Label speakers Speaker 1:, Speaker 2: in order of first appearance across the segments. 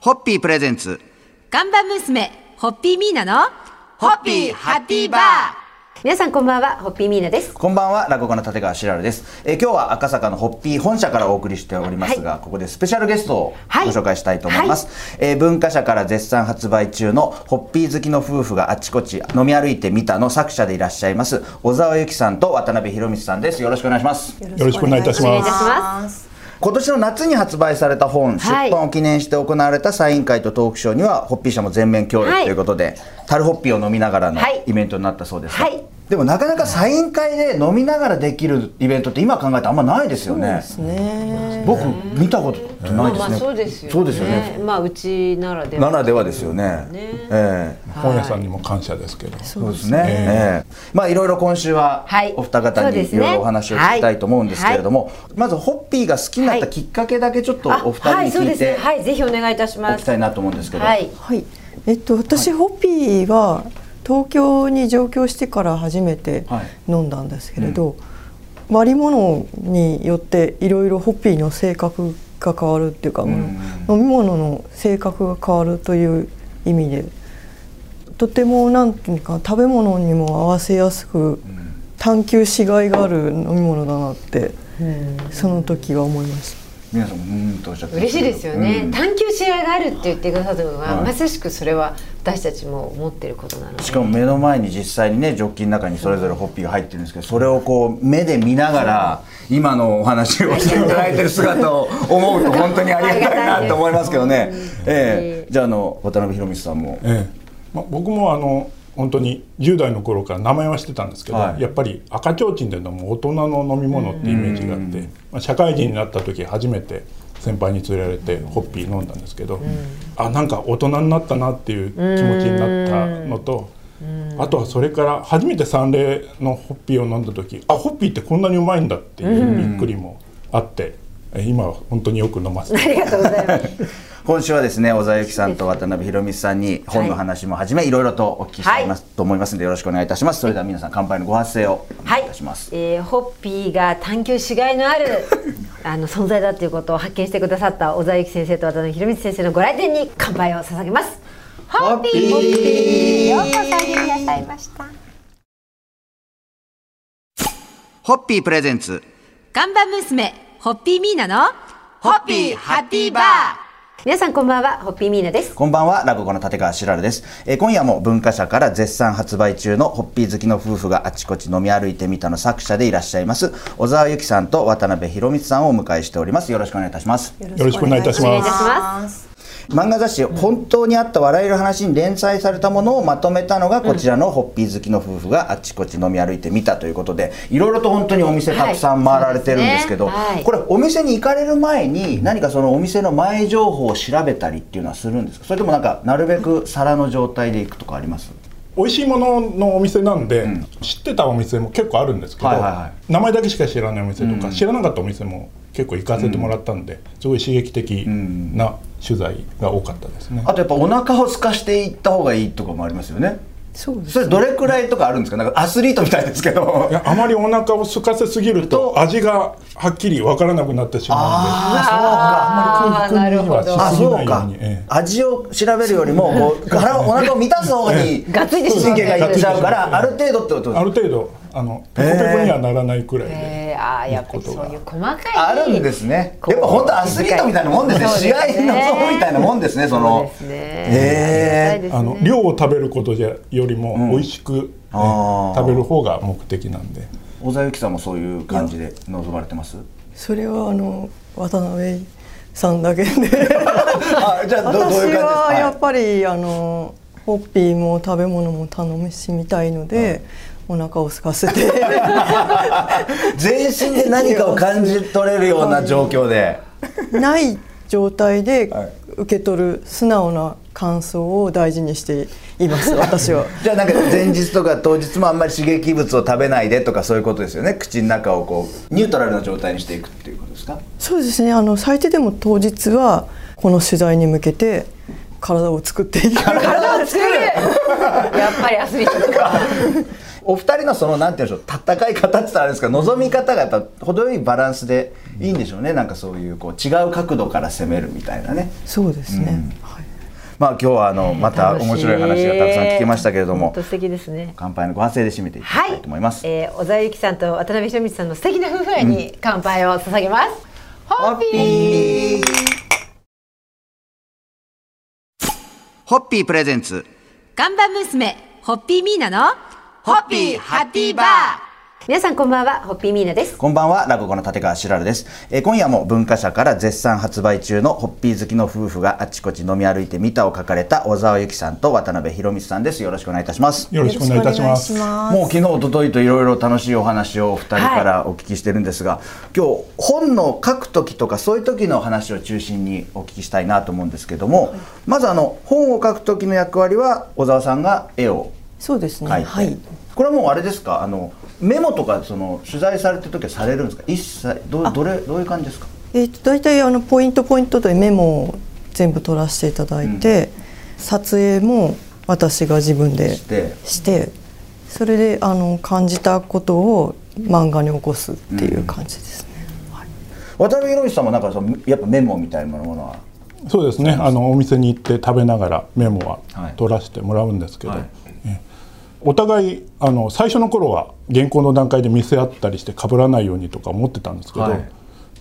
Speaker 1: ホッピープレゼンツ。
Speaker 2: ガンバ娘、ホッピーミーナの、
Speaker 1: ホッピーハッピーバー
Speaker 2: 皆さんこんばんは、ホッピーミーナです。
Speaker 1: こんばんは、落語家の立川しらるです。えー今日は赤坂のホッピー本社からお送りしておりますが、ここでスペシャルゲストをご
Speaker 2: はい
Speaker 1: 紹介したいと思います。えー文化社から絶賛発売中のホッピー好きの夫婦があちこち飲み歩いてみたの作者でいらっしゃいます、小沢由紀さんと渡辺博光さんです。よろしくお願いします。
Speaker 3: よろしくお願いいたし
Speaker 2: お願いい
Speaker 3: ま
Speaker 2: たし
Speaker 3: す。
Speaker 2: ます。
Speaker 1: 今年の夏に発売された本、
Speaker 2: はい
Speaker 1: 出版を記念して行われたサイン会とトークショーにはホッピー社も全面協力
Speaker 2: はい
Speaker 1: ということで、タルホッピーを飲みながらの
Speaker 2: はい
Speaker 1: イベントになったそうですが、
Speaker 2: はい
Speaker 1: でもなかなかサイン会で飲みながらできるイベントって今考えたらあんまないですよね僕見たことないですね、
Speaker 2: まあそうですよね。
Speaker 1: そうですよね。
Speaker 2: まあうちならで
Speaker 1: な
Speaker 2: は。
Speaker 1: らではですよねええ
Speaker 3: 本屋さんにも感謝ですけど。
Speaker 1: そうですね。ええまあいろいろ今週は
Speaker 2: はい
Speaker 1: お二方
Speaker 2: そうで
Speaker 1: にい
Speaker 2: すね
Speaker 1: ろいろお話を聞きたいと思うんですけれども、まずホッピーが好きになったきっかけだけちょっと
Speaker 2: あ
Speaker 1: お二人
Speaker 2: はい、
Speaker 1: に
Speaker 2: そう
Speaker 1: 聞
Speaker 2: で
Speaker 1: い
Speaker 2: すね。
Speaker 1: て
Speaker 2: はい、ぜひお願いいたし
Speaker 1: お
Speaker 2: ま
Speaker 1: き
Speaker 2: す。
Speaker 1: たいなと思うんですけど、
Speaker 2: はい。
Speaker 4: はい、えっと私ホッピーは東京に上京してから初めて
Speaker 1: はい
Speaker 4: 飲んだんですけれど、割り物によっていろいろホッピーの性格が変わるっていうか、飲み物の性格が変わるという意味でとてもなんていうか食べ物にも合わせやすく探求しがいがある飲み物だなって、その時は思いました。
Speaker 1: 皆さんもうーんとおっしゃってま
Speaker 5: 嬉しいですよね、
Speaker 1: うん
Speaker 5: 探求し合いがあるって言ってくださったのは、
Speaker 1: はい
Speaker 5: まさしくそれは私たちも思ってることなので
Speaker 1: しかも目の前に実際にねジョッキの中にそれぞれホッピーが入ってるんですけどそれをこう目で見ながら今のお話をしていただいてる姿を思うと本当にありがたいなと思いますけどね、ええじゃああの渡辺博光さんも
Speaker 3: ええまあ、僕もあの本当に10代の頃から名前はしてたんですけど、
Speaker 1: はい
Speaker 3: やっぱり赤ちょうちんで飲む大人の飲み物ってイメージがあって、まあ、社会人になった時初めて先輩に連れられてホッピー飲んだんですけど、あなんか大人になったなっていう気持ちになったのと。あとはそれから初めて三例のホッピーを飲んだ時あホッピーってこんなにうまいんだっていうびっくりもあって、え今は本当 によく飲ませて
Speaker 1: 今週はですね小沢由紀さんと渡辺博光さんに本の話もはじめいろいろとお聞きしたいます、と思いますのでよろしくお願いいたしますそれでは皆さん乾杯のご発声をお
Speaker 5: は
Speaker 1: 願
Speaker 5: い
Speaker 1: いいたします、
Speaker 5: えーホッピーが探求しがいのある あの存在だということを発見してくださった小沢由紀先生と渡辺博光先生のご来店に乾杯を捧げます
Speaker 1: ホッピーようこそいらっしゃいましたホッピープレゼンツ
Speaker 2: ガンバ娘、ホッピーミーナの、
Speaker 1: ホッピーハッピーバー
Speaker 5: 皆さんこんばんはホッピーミーナです
Speaker 1: こんばんは、落語家の立川しらるです。えー今夜も文化社から絶賛発売中のホッピー好きの夫婦があちこち飲み歩いてみたの作者でいらっしゃいます、小沢由紀さんと渡辺博光さんをお迎えしております。よろしくお願いいたします。
Speaker 3: よろしくお願いいたし
Speaker 5: お願いい
Speaker 3: ま
Speaker 5: た
Speaker 3: す
Speaker 5: し。ます
Speaker 1: 漫画雑誌、本当にあった笑える話に連載されたものをまとめたのが、こちらのホッピー好きの夫婦があちこち飲み歩いてみたということで、いろいろと本当にお店たくさん回られてるんですけど、
Speaker 5: はいそうですねはい
Speaker 1: これお店に行かれる前に、何かそのお店の前情報を調べたりっていうのはするんですかそれともなんか、なるべく皿の状態で行くとかあります
Speaker 3: 美味しいもののお店なんで、知ってたお店も結構あるんですけど、
Speaker 1: はいはいは
Speaker 3: 名前だけしか知らないお店とか、知らなかったお店も結構行かせてもらったんで、すごい刺激的な取材が多かったですね。
Speaker 1: あとやっぱお腹を空かしていった方がいいとかもありますよね。
Speaker 4: そうです
Speaker 1: それどれくらいとかあるんですかなんかアスリートみたいですけど
Speaker 3: い。やあまりお腹を空かせすぎると味がはっきり分からなくなってしまうんで
Speaker 5: あーなるほど
Speaker 3: あ
Speaker 1: あ、
Speaker 3: ー
Speaker 1: そうか
Speaker 3: ええ。
Speaker 1: 味を調べるよりも、こう、腹を、お腹を満たす方に。
Speaker 5: がっついてしまう
Speaker 1: 神経がいっちゃうか
Speaker 3: がっついてしまう
Speaker 1: ら、ある程度ってことです
Speaker 3: ある程度あのペコペコにはならないくらいで、
Speaker 5: えー、あーやっぱりそういう細かい
Speaker 1: あるんですね。
Speaker 5: こう
Speaker 1: やっぱ本当アスリートみたいなもんですね。
Speaker 5: そう
Speaker 1: 試合
Speaker 5: ですね
Speaker 1: のそうみたいなもんですね。そ
Speaker 5: そう
Speaker 1: の
Speaker 5: で。すね
Speaker 1: ええ。
Speaker 5: ですね
Speaker 3: あの量を食べることじゃよりも美味しくね、
Speaker 1: あー
Speaker 3: 食べる方が目的なんで。
Speaker 1: 小沢由紀さんもそういう感じで望まれてます。
Speaker 4: それはあの渡辺さ んだけで
Speaker 1: あ、じゃあ、どどう
Speaker 4: 私
Speaker 1: いう感
Speaker 4: は
Speaker 1: じ
Speaker 4: や
Speaker 1: です
Speaker 4: っ
Speaker 1: か。
Speaker 4: ぱりあのホッピーも食べ物も楽しみたいので、お腹を空かせて
Speaker 1: 全身で何かを感じ取れるような状況で。
Speaker 4: ない状態で
Speaker 1: はい
Speaker 4: 受け取る素直な感想を大事にして います私は
Speaker 1: じゃあなんか前日とか当日もあんまり刺激物を食べないでとかそういうことですよね口の中をこうニュートラルな状態にしていくっていうことですか
Speaker 4: そうですねあの最低でも当日はこの取材に向けて体を作っていく
Speaker 5: やっぱりアスリートとか
Speaker 1: お二人のそのなんて言うんでしょう戦い方って言ったらあれですか望み方がやっぱ程よいバランスでいいんでしょうねなんかそういうこう違う角度から攻めるみたいなね
Speaker 4: そうですね、はい
Speaker 1: まあ今日はあのまた面白い話がたくさん聞けましたけれども
Speaker 5: 本当素敵ですね。
Speaker 1: 乾杯のご発声で締めていただきたいと思います、
Speaker 5: えー、小沢由紀さんと渡辺裕光さんの素敵な夫婦愛に乾杯を捧げます。ホッピー。
Speaker 1: ホッピープレゼンツ
Speaker 2: ガンバ娘、ホッピーミーナの、
Speaker 5: ホッピーハッピーバー皆さんこんばんは、ホッピーミーナです。
Speaker 1: こんばんは、落語の立川しらるです。えー今夜も文化社から絶賛発売中のホッピー好きの夫婦があちこち飲み歩いてみたを書かれた小沢由紀さんと渡辺博光さんです。よろしくお願いいたします。
Speaker 3: よろしくお願いいたします。
Speaker 1: もう昨日一昨日といろいろ楽しいお話をお二人からお聞きしてるんですが、今日本の書く時とかそういう時の話を中心にお聞きしたいなと思うんですけども、まずあの本を書く時の役割は小沢さんが絵を
Speaker 4: そうですね。
Speaker 1: 書いて、
Speaker 4: はい。
Speaker 1: これはもうあれですかあのメモとかその取材されてる時はされるんですか一切どうどれどういう感じですか
Speaker 4: えっ、と大体あのポイントポイントでメモを全部取らせていただいて、撮影も私が自分で
Speaker 1: して
Speaker 4: して、それであの感じたことを漫画に起こすっていう感じですね。
Speaker 1: 渡辺宏さんもなんかそのやっぱメモみたいなものは
Speaker 3: そうですね。あのお店に行って食べながらメモ
Speaker 1: は
Speaker 3: はい取らせてもらうんですけど、
Speaker 1: はい
Speaker 3: えお互いあの最初の頃は原稿の段階で見せ合ったりして被らないようにとか思ってたんですけど。
Speaker 1: はい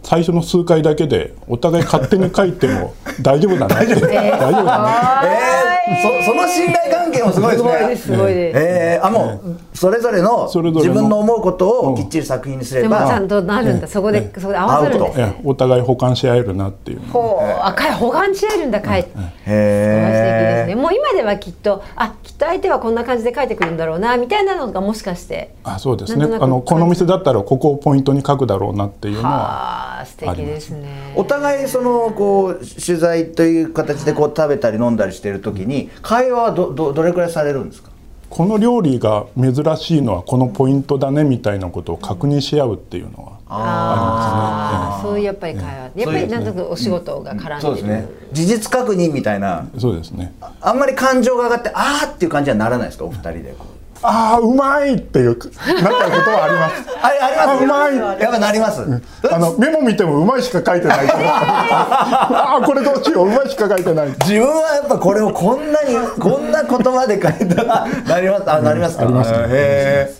Speaker 3: 最初の数回だけでお互い勝手に書いて も大丈夫だな大丈夫だな
Speaker 1: えー、そその信頼関係もすごいですね
Speaker 5: すごいですすごいです
Speaker 1: えー、あもうそれぞれの
Speaker 3: それぞれ
Speaker 1: 自
Speaker 3: の
Speaker 1: 分の思うこと
Speaker 3: う
Speaker 1: を
Speaker 3: ん
Speaker 1: きっちり作品にすれ
Speaker 5: でもちゃ
Speaker 1: ば
Speaker 5: んとなるんだ。そこで、そこで合わせるん
Speaker 1: 合
Speaker 5: で
Speaker 1: う
Speaker 5: す。
Speaker 1: と
Speaker 3: ええお互い補完し合えるなっていう
Speaker 5: こう、あ、かい、保管し合えるんだ、かい。素敵ですね。
Speaker 1: へえ
Speaker 5: もう今ではきっと、あ、きっと相手はこんな感じで書いてくるんだろうなみたいなのがもしかして。
Speaker 3: あそうです
Speaker 5: な
Speaker 3: ね
Speaker 5: んとなく
Speaker 3: あのこの店だったらここをポイントに書くだろうなっていうのは
Speaker 5: ああ、素敵ですね。
Speaker 1: お互いそのこう取材という形でこう食べたり飲んだりしてる時に会話はどどどれくらいされるんですか
Speaker 3: この料理が珍しいのはこのポイントだねみたいなことを確認し合うっていうのは
Speaker 5: ああ、そういうやっぱり会話、やっぱりなんとなくお仕事が絡んでる。
Speaker 1: そうですね事実確認みたいな
Speaker 3: そうですね
Speaker 1: あんまり感情が上がってあーっていう感じはならないですかお二人でこう
Speaker 3: ああうまいっていうなったことはあります
Speaker 1: あれあります
Speaker 3: あうまい
Speaker 1: やっぱなります、
Speaker 3: あのメモ見てもうまいしか書いてないからああこれどうしよううまいしか書いてない
Speaker 1: 自分はやっぱこれをこん なにこんな言葉で書いたらなりますあなりますか、
Speaker 3: ありますね
Speaker 1: へーえ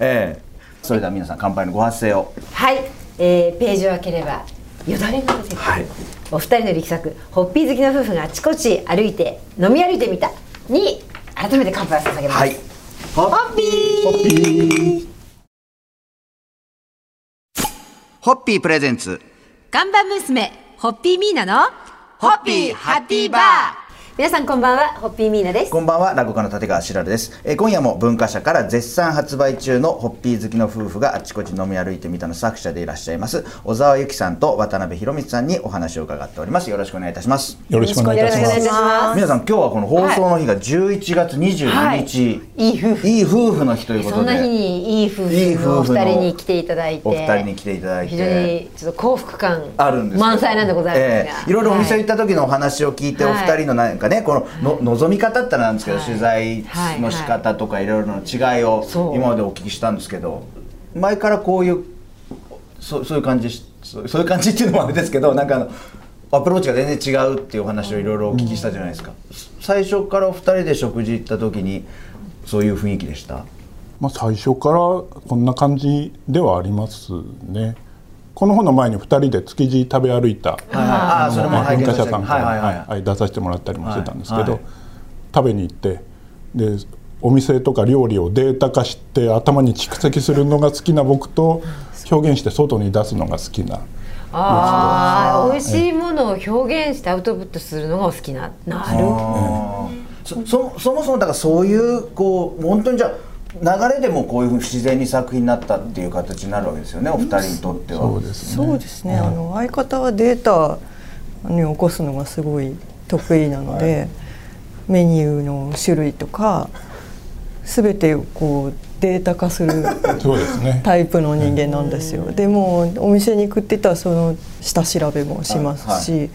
Speaker 1: えそれでは皆さん乾杯のご発声を
Speaker 5: はい、えーページを開ければよだれが出てくる、
Speaker 1: はい
Speaker 5: お二人の力作ホッピー好きな夫婦があちこち歩いて飲み歩いてみたに改めて乾杯を捧げます、
Speaker 1: はい
Speaker 5: ホッピー
Speaker 1: ホッピープレゼンツ
Speaker 2: ガンバ娘、ホッピーミーナの、
Speaker 5: ホッピーハッピーバー皆さんこんばんはホッピーミーナです
Speaker 1: こんばんは落語家の立川しらるです、えー今夜も文化社から絶賛発売中のホッピー好きの夫婦があちこち飲み歩いてみたの作者でいらっしゃいます小沢由紀さんと渡辺博光さんにお話を伺っておりますよろしくお願いいたします
Speaker 3: よろしくお願いいたします
Speaker 5: します
Speaker 1: 皆さん今日はこの放送の日が11月22日、
Speaker 5: いい夫婦
Speaker 1: いい夫婦の日ということで
Speaker 5: そんな日にいい夫
Speaker 1: いい
Speaker 5: 婦の
Speaker 1: 夫
Speaker 5: お
Speaker 1: 婦の
Speaker 5: 二人に来ていただいて
Speaker 1: お二人に来ていただいて
Speaker 5: 非常にちょっと幸福感
Speaker 1: あるんですけど
Speaker 5: 満載なんでございますが、
Speaker 1: ええいろいろお店行った時のお話を聞いて、
Speaker 5: はい
Speaker 1: お二人のなんかねこのの望み方ってなんですけど、
Speaker 5: はい
Speaker 1: 取材の仕方とかいろいろの違いを
Speaker 5: そう
Speaker 1: 今までお聞きしたんですけど前からこういうそそういう感じしそうそういう感じっていうのもあれですけどなんかあのアプローチが全然違うっていうお話をいろいろお聞きしたじゃないですか、最初からお二人で食事行った時にそういう雰囲気でした
Speaker 3: まあ、最初からこんな感じではありますね。この本の前に2人で築地食べ歩いた、
Speaker 1: あー
Speaker 3: あの
Speaker 1: それも拝見
Speaker 3: 文化
Speaker 1: しま
Speaker 3: 社
Speaker 1: した
Speaker 3: さんから、
Speaker 1: はいはいはい
Speaker 3: はい出させてもらったりもしてたんですけど、
Speaker 1: はいはい
Speaker 3: 食べに行ってでお店とか料理をデータ化して頭に蓄積するのが好きな僕と表現して外に出すのが好きな
Speaker 5: ああ、美味しいものを表現してアウトプットするのがお好きな。なるほど。
Speaker 1: そそそもそもだからそういうこう本当にじゃあ流れでもこういうふうに自然に作品になったっていう形になるわけですよねお二人にとっては。
Speaker 3: そうですね。
Speaker 4: そうですね、あの相方はデータに起こすのがすごい得意なので、メニューの種類とか全てをこうデータ化する
Speaker 3: そうですね
Speaker 4: タイプの人間なんですよでもうお店に行くって言ったらその下調べもしますし、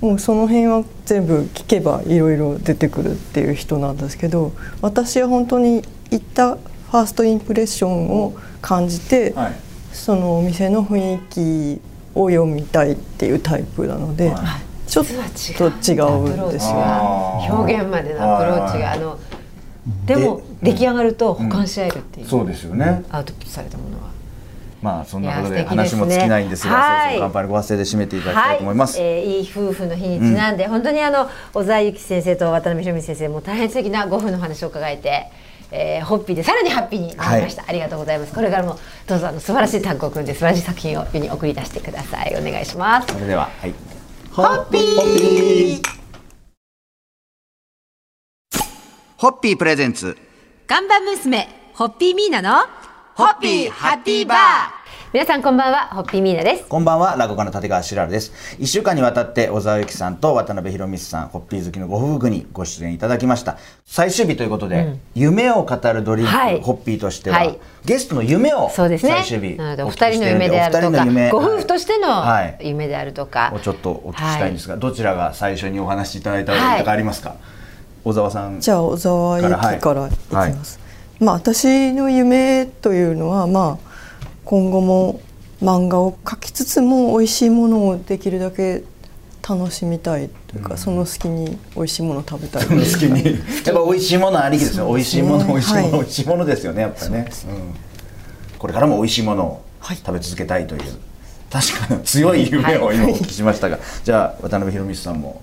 Speaker 4: もうその辺は全部聞けばいろいろ出てくるっていう人なんですけど私は本当に行ったファーストインプレッションを感じて、
Speaker 1: はい
Speaker 4: そのお店の雰囲気を読みたいっていうタイプなので、ちょっと違うんですよ。
Speaker 1: あー
Speaker 5: 表現までのアプローチがあのでも出来上がると保管し合えるっていう、
Speaker 1: そうですよね。
Speaker 5: アウトプットされたものは。
Speaker 1: まあそんなこと
Speaker 5: い
Speaker 1: で
Speaker 5: や素敵で
Speaker 1: 話
Speaker 5: すね
Speaker 1: も尽きないんですが、
Speaker 5: はい
Speaker 1: そうそう乾杯のご発声で締めていただきたいと思います。
Speaker 5: はい、えーいい夫婦の日にちなんで、本当にあの小沢由紀先生と渡辺裕美先生も大変素敵なご夫婦のお話を伺えて、えー、ホッピーでさらにハッピーになりました、ありがとうございますこれからもどうぞあの素晴らしい単行君で素晴らしい作品を世に送り出してくださいお願いします
Speaker 1: それでははい。ホッピー。ホッピープレゼンツ。
Speaker 2: ガンバ娘、ホッピーミーナの、ホッピーハッピーバー
Speaker 5: 皆さんこんばんはホッピーミーナです
Speaker 1: こんばんは、落語家の立川しらるです。一週間にわたって、小沢由紀さんと渡辺博光さん、ホッピー好きのご夫婦にご出演いただきました。最終日ということで、夢を語るドリンク、
Speaker 5: はい
Speaker 1: ホッピーとしては、
Speaker 5: はい
Speaker 1: ゲストの夢を
Speaker 5: そ
Speaker 1: 最
Speaker 5: うですね
Speaker 1: 終日、
Speaker 5: なので
Speaker 1: 聞
Speaker 5: お
Speaker 1: きして
Speaker 5: 二
Speaker 1: るん
Speaker 5: 人の夢であると
Speaker 1: お二人
Speaker 5: か
Speaker 1: の夢
Speaker 5: ご夫婦としての
Speaker 1: はい
Speaker 5: 夢であるとか、
Speaker 1: をちょっとお聞きしたいんですが、どちらが最初にお話しいただいた
Speaker 5: はい
Speaker 1: とかありますか、小沢さん
Speaker 4: じゃあ小沢由紀からいきます、まあ私の夢というのはまあ今後も漫画を描きつつも美味しいものをできるだけ楽しみたいというか、その隙に美味しいものを食べたい
Speaker 1: 好きに やっぱ美味しいものありきですよ美味しいもの美味しいもの、
Speaker 4: はい
Speaker 1: 美味しいものですよねやっぱりね、うんこれからも美味しいものを食べ続けたいという、確かに強い夢を今お聞きしましたが、じゃあ渡辺博光さんも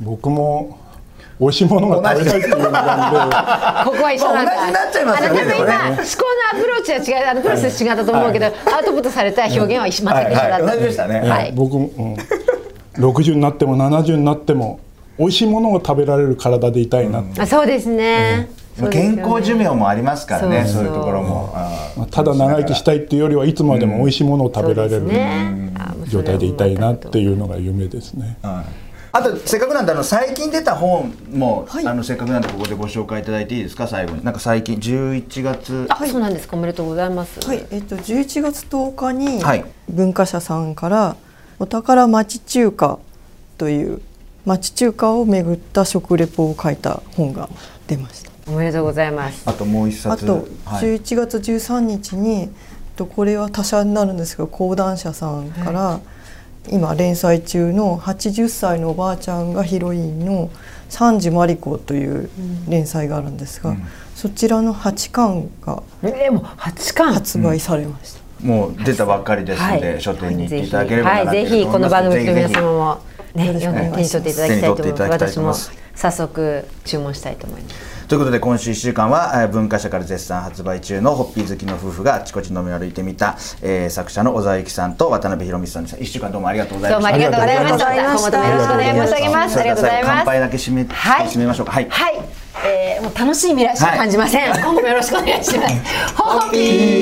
Speaker 3: 僕も美味しいものが食べたいっていうのがあ
Speaker 5: ここは一緒なんだ。
Speaker 1: まあ同じになっちゃいますよね
Speaker 5: あの多分今思考のアプローチは違う、あのプロセス違ったと思うけど、アウトプットされた表現は一緒全く一緒
Speaker 1: は
Speaker 5: だった。
Speaker 1: いはい同じでしたね
Speaker 3: るんで、
Speaker 5: はい。
Speaker 3: 僕も、うん、60になっても70になっても美味しいものを食べられる体でいたいなって、
Speaker 5: あ、そうですね。そうですよ
Speaker 1: 健
Speaker 5: ね
Speaker 1: 康寿命もありますからねそ
Speaker 5: そううそう
Speaker 1: いうところも、あー
Speaker 3: まあただ長生きしたいっていうよりはいつまでも美味しいものを食べられる、
Speaker 5: そうですねあもうそれ
Speaker 3: 状
Speaker 5: は
Speaker 3: 態でいたいなっていうのが夢ですね。
Speaker 1: あとせっかくなんであの最近出た本も、
Speaker 4: はい
Speaker 1: あのせっかくなんでここでご紹介いただいていいですか最後になんか最近11月
Speaker 5: あ、そうなんですか。おめでとうございます。
Speaker 4: はい、えっと11月10日に
Speaker 1: はい
Speaker 4: 文化社さんから「お宝町中華」という町中華を巡った食レポを書いた本が出ました。
Speaker 5: おめでとうございます。
Speaker 1: あともう一
Speaker 4: あ
Speaker 1: 冊
Speaker 4: と
Speaker 1: はい
Speaker 4: 11月13日に、えっとこれは他社になるんですけど講談社さんから、今連載中の「80歳のおばあちゃんがヒロイン」の「三時マリコ」という連載があるんですが、そちらの8巻が
Speaker 5: でも八巻。
Speaker 4: 発売されました。
Speaker 1: もう出たばっかりですので、書店に行っていただければ
Speaker 5: はい、
Speaker 1: なと
Speaker 5: ぜ
Speaker 1: いうふうに
Speaker 5: ひ
Speaker 1: 思
Speaker 5: こ
Speaker 1: いま
Speaker 5: の
Speaker 1: す
Speaker 5: 番組の
Speaker 1: ぜひ
Speaker 5: 皆
Speaker 1: ぜ
Speaker 5: 様もね、
Speaker 4: ろしく
Speaker 5: 読
Speaker 4: お
Speaker 5: ん
Speaker 4: 願いし
Speaker 5: で
Speaker 4: ます
Speaker 5: 手に取っていただきたいと
Speaker 1: 手
Speaker 5: 思います。
Speaker 1: に取っていただきたいと思い
Speaker 5: 私
Speaker 1: ま
Speaker 5: も
Speaker 1: す
Speaker 5: 早速注文したいと思います。
Speaker 1: ひということで今週1週間はえー文化社から絶賛発売中のホッピー好きの夫婦があちこち飲み歩いてみた、えー作者の小沢由紀さんと渡辺博美さんでした1週間どうもありがとうござい
Speaker 5: どう
Speaker 1: まし
Speaker 5: も
Speaker 1: た
Speaker 5: ありがとうございました。
Speaker 4: あ
Speaker 5: 今
Speaker 4: りがと
Speaker 5: 後と
Speaker 4: うござ
Speaker 5: も
Speaker 4: いました
Speaker 5: よろしくお願い申し上げます。ありがとうございます
Speaker 1: 乾。杯だけ締め,、
Speaker 5: はい
Speaker 1: 締めましょうかはい
Speaker 5: はい、えー、もう楽しい未来しか感じません、今後もよろしくお願いします。ホッピー